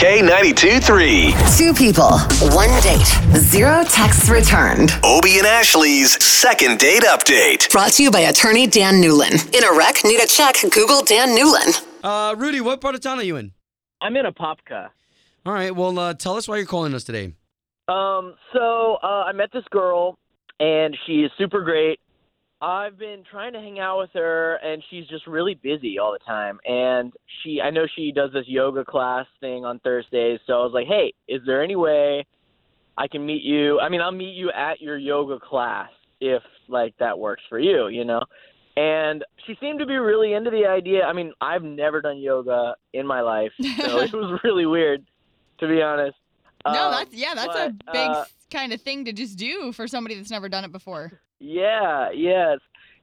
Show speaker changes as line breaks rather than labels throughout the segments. K92 3.
Two people, one date, zero texts returned.
Obie and Ashley's second date update.
Brought to you by attorney Dan Newlin. In a wreck, need a check, Google Dan Newlin.
Uh, Rudy, what part of town are you in?
I'm in a popka.
All right, well, uh, tell us why you're calling us today.
Um, so uh, I met this girl, and she is super great. I've been trying to hang out with her, and she's just really busy all the time. And she, I know she does this yoga class thing on Thursdays. So I was like, hey, is there any way I can meet you? I mean, I'll meet you at your yoga class if like that works for you, you know. And she seemed to be really into the idea. I mean, I've never done yoga in my life, so it was really weird, to be honest.
No,
Um,
that's yeah, that's a
but,
big
uh,
kind of thing to just do for somebody that's never done it before.
Yeah, yes.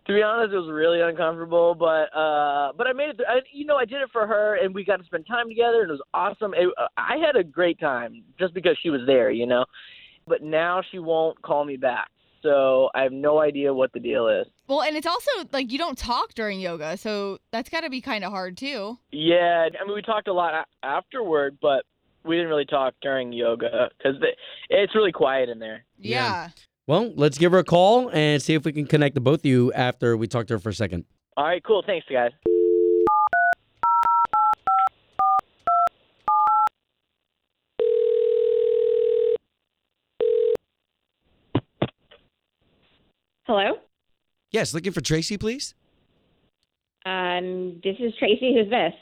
To be honest, it was really uncomfortable, but uh, but I made it. Through, I, you know, I did it for her, and we got to spend time together, and it was awesome. It, uh, I had a great time just because she was there, you know. But now she won't call me back, so I have no idea what the deal is.
Well, and it's also like you don't talk during yoga, so that's got to be kind of hard too.
Yeah, I mean, we talked a lot a- afterward, but we didn't really talk during yoga because it's really quiet in there.
Yeah.
Yeah.
Well, let's give her a call and see if we can connect the both of you after we talk to her for a second.
All right, cool. Thanks, guys.
Hello.
Yes, looking for Tracy, please.
Um, this is Tracy. Who's this?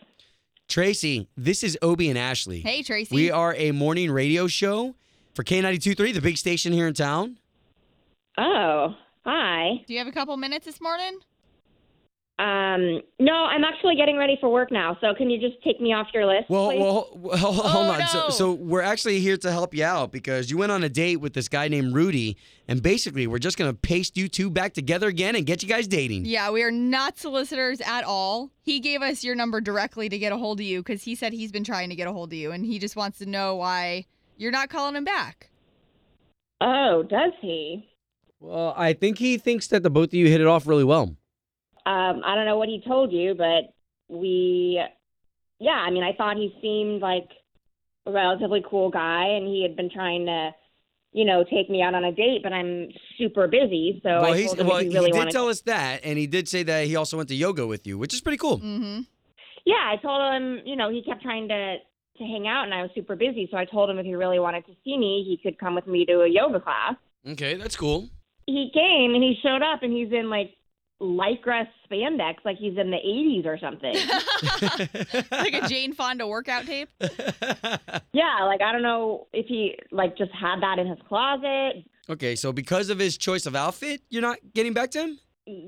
Tracy, this is Obie and Ashley.
Hey, Tracy.
We are a morning radio show for K92.3, the big station here in town.
Oh, hi.
Do you have a couple minutes this morning?
Um, no, I'm actually getting ready for work now. So can you just take me off your list,
Well,
please?
well, well, hold
Oh,
on. So,
no.
so we're actually here to help you out because you went on a date with this guy named Rudy, and basically we're just gonna paste you two back together again and get you guys dating.
Yeah, we are not solicitors at all. He gave us your number directly to get a hold of you because he said he's been trying to get a hold of you and he just wants to know why you're not calling him back.
oh, does he?
Well, I think he thinks that the both of you hit it off really well.
Um, I don't know what he told you, but we, yeah, I mean, I thought he seemed like a relatively cool guy, and he had been trying to, you know, take me out on a date, but I'm super busy, so
well,
I
he's,
told him
well,
if he
he
really
did
wanted.
tell us that, and he did say that he also went to yoga with you, which is pretty cool.
Mm-hmm.
Yeah, I told him, you know, he kept trying to to hang out and I was super busy, so I told him if he really wanted to see me, he could come with me to a yoga class.
Mm, Okay, that's cool.
He came and he showed up and he's in like lycra spandex like he's in the 80s or something.
like a Jane Fonda workout tape.
yeah, like I don't know if he like just had that in his closet.
okay, so because of his choice of outfit, you're not getting back to him?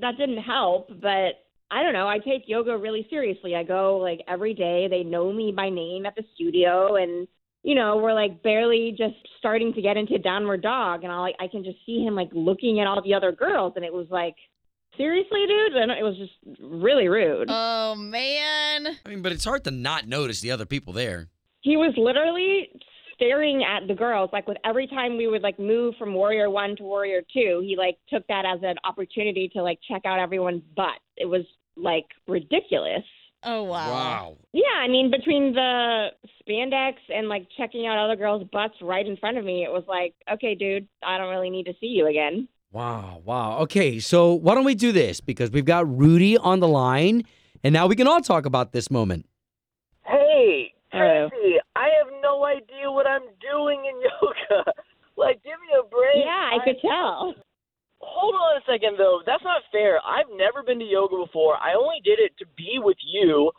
That didn't help, but I don't know. I take yoga really seriously. I go like every day. They know me by name at the studio and you know, we're like barely just starting to get into downward dog, and I like I can just see him like looking at all the other girls, and it was like, seriously, dude, and it was just really rude.
Oh, man.
I mean, but it's hard to not notice the other people there.
he was literally staring at the girls, like with every time we would like move from Warrior One to Warrior Two, he like took that as an opportunity to like check out everyone's butt. It was like ridiculous.
Oh, wow.
Yeah, I mean, between the spandex and like checking out other girls' butts right in front of me, it was like, okay, dude, I don't really need to see you again.
Wow, wow. Okay, so why don't we do this? Because we've got Rudy on the line, and now we can all talk about this moment.
Hey,
Hello.
Tracy, I have no idea what I'm doing in yoga. like, give me a break.
Yeah, I could tell.
Hold on a second, though. That's not fair. I've never been to yoga before. I only did it to be with you,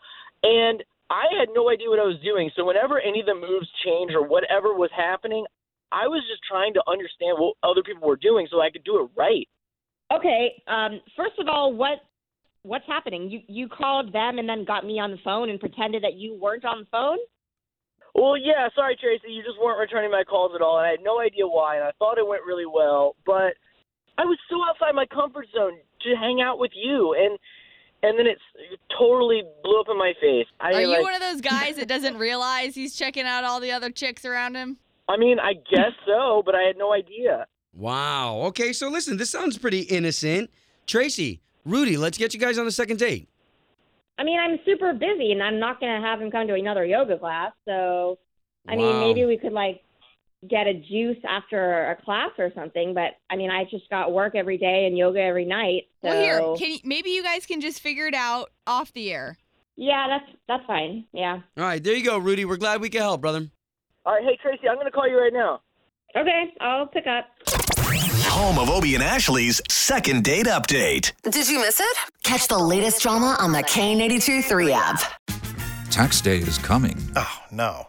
and I had no idea what I was doing. So, whenever any of the moves changed or whatever was happening, I was just trying to understand what other people were doing so I could do it right.
Okay, um, first of all, what what's happening? You you called them and then got me on the phone and pretended that you weren't on the phone.
Well, yeah, sorry, Tracy. You just weren't returning my calls at all, and I had no idea why, and I thought it went really well, but I was so outside my comfort zone to hang out with you, and and then it's, it totally blew up in my face. I,
Are you
like,
one of those guys that doesn't realize he's checking out all the other chicks around him?
I mean, I guess so, but I had no idea.
Wow. Okay, so listen, this sounds pretty innocent. Tracy, Rudy, let's get you guys on a second date.
I mean, I'm super busy and I'm not going to have him come to another yoga class. So, I mean,
Wow.
maybe we could like get a juice after a class or something. But I mean, I just got work every day and yoga every night. So,
Well, here, can you, maybe you guys can just figure it out off the air.
yeah, that's that's fine. Yeah.
All right, there you go, Rudy. We're glad we could help, brother.
All right, hey, Tracy, I'm going to call you right now.
Okay, I'll pick up.
Home of Obie and Ashley's second date update.
Did you miss it? Catch the latest drama on the K82 3 app.
Tax day is coming.
Oh, no.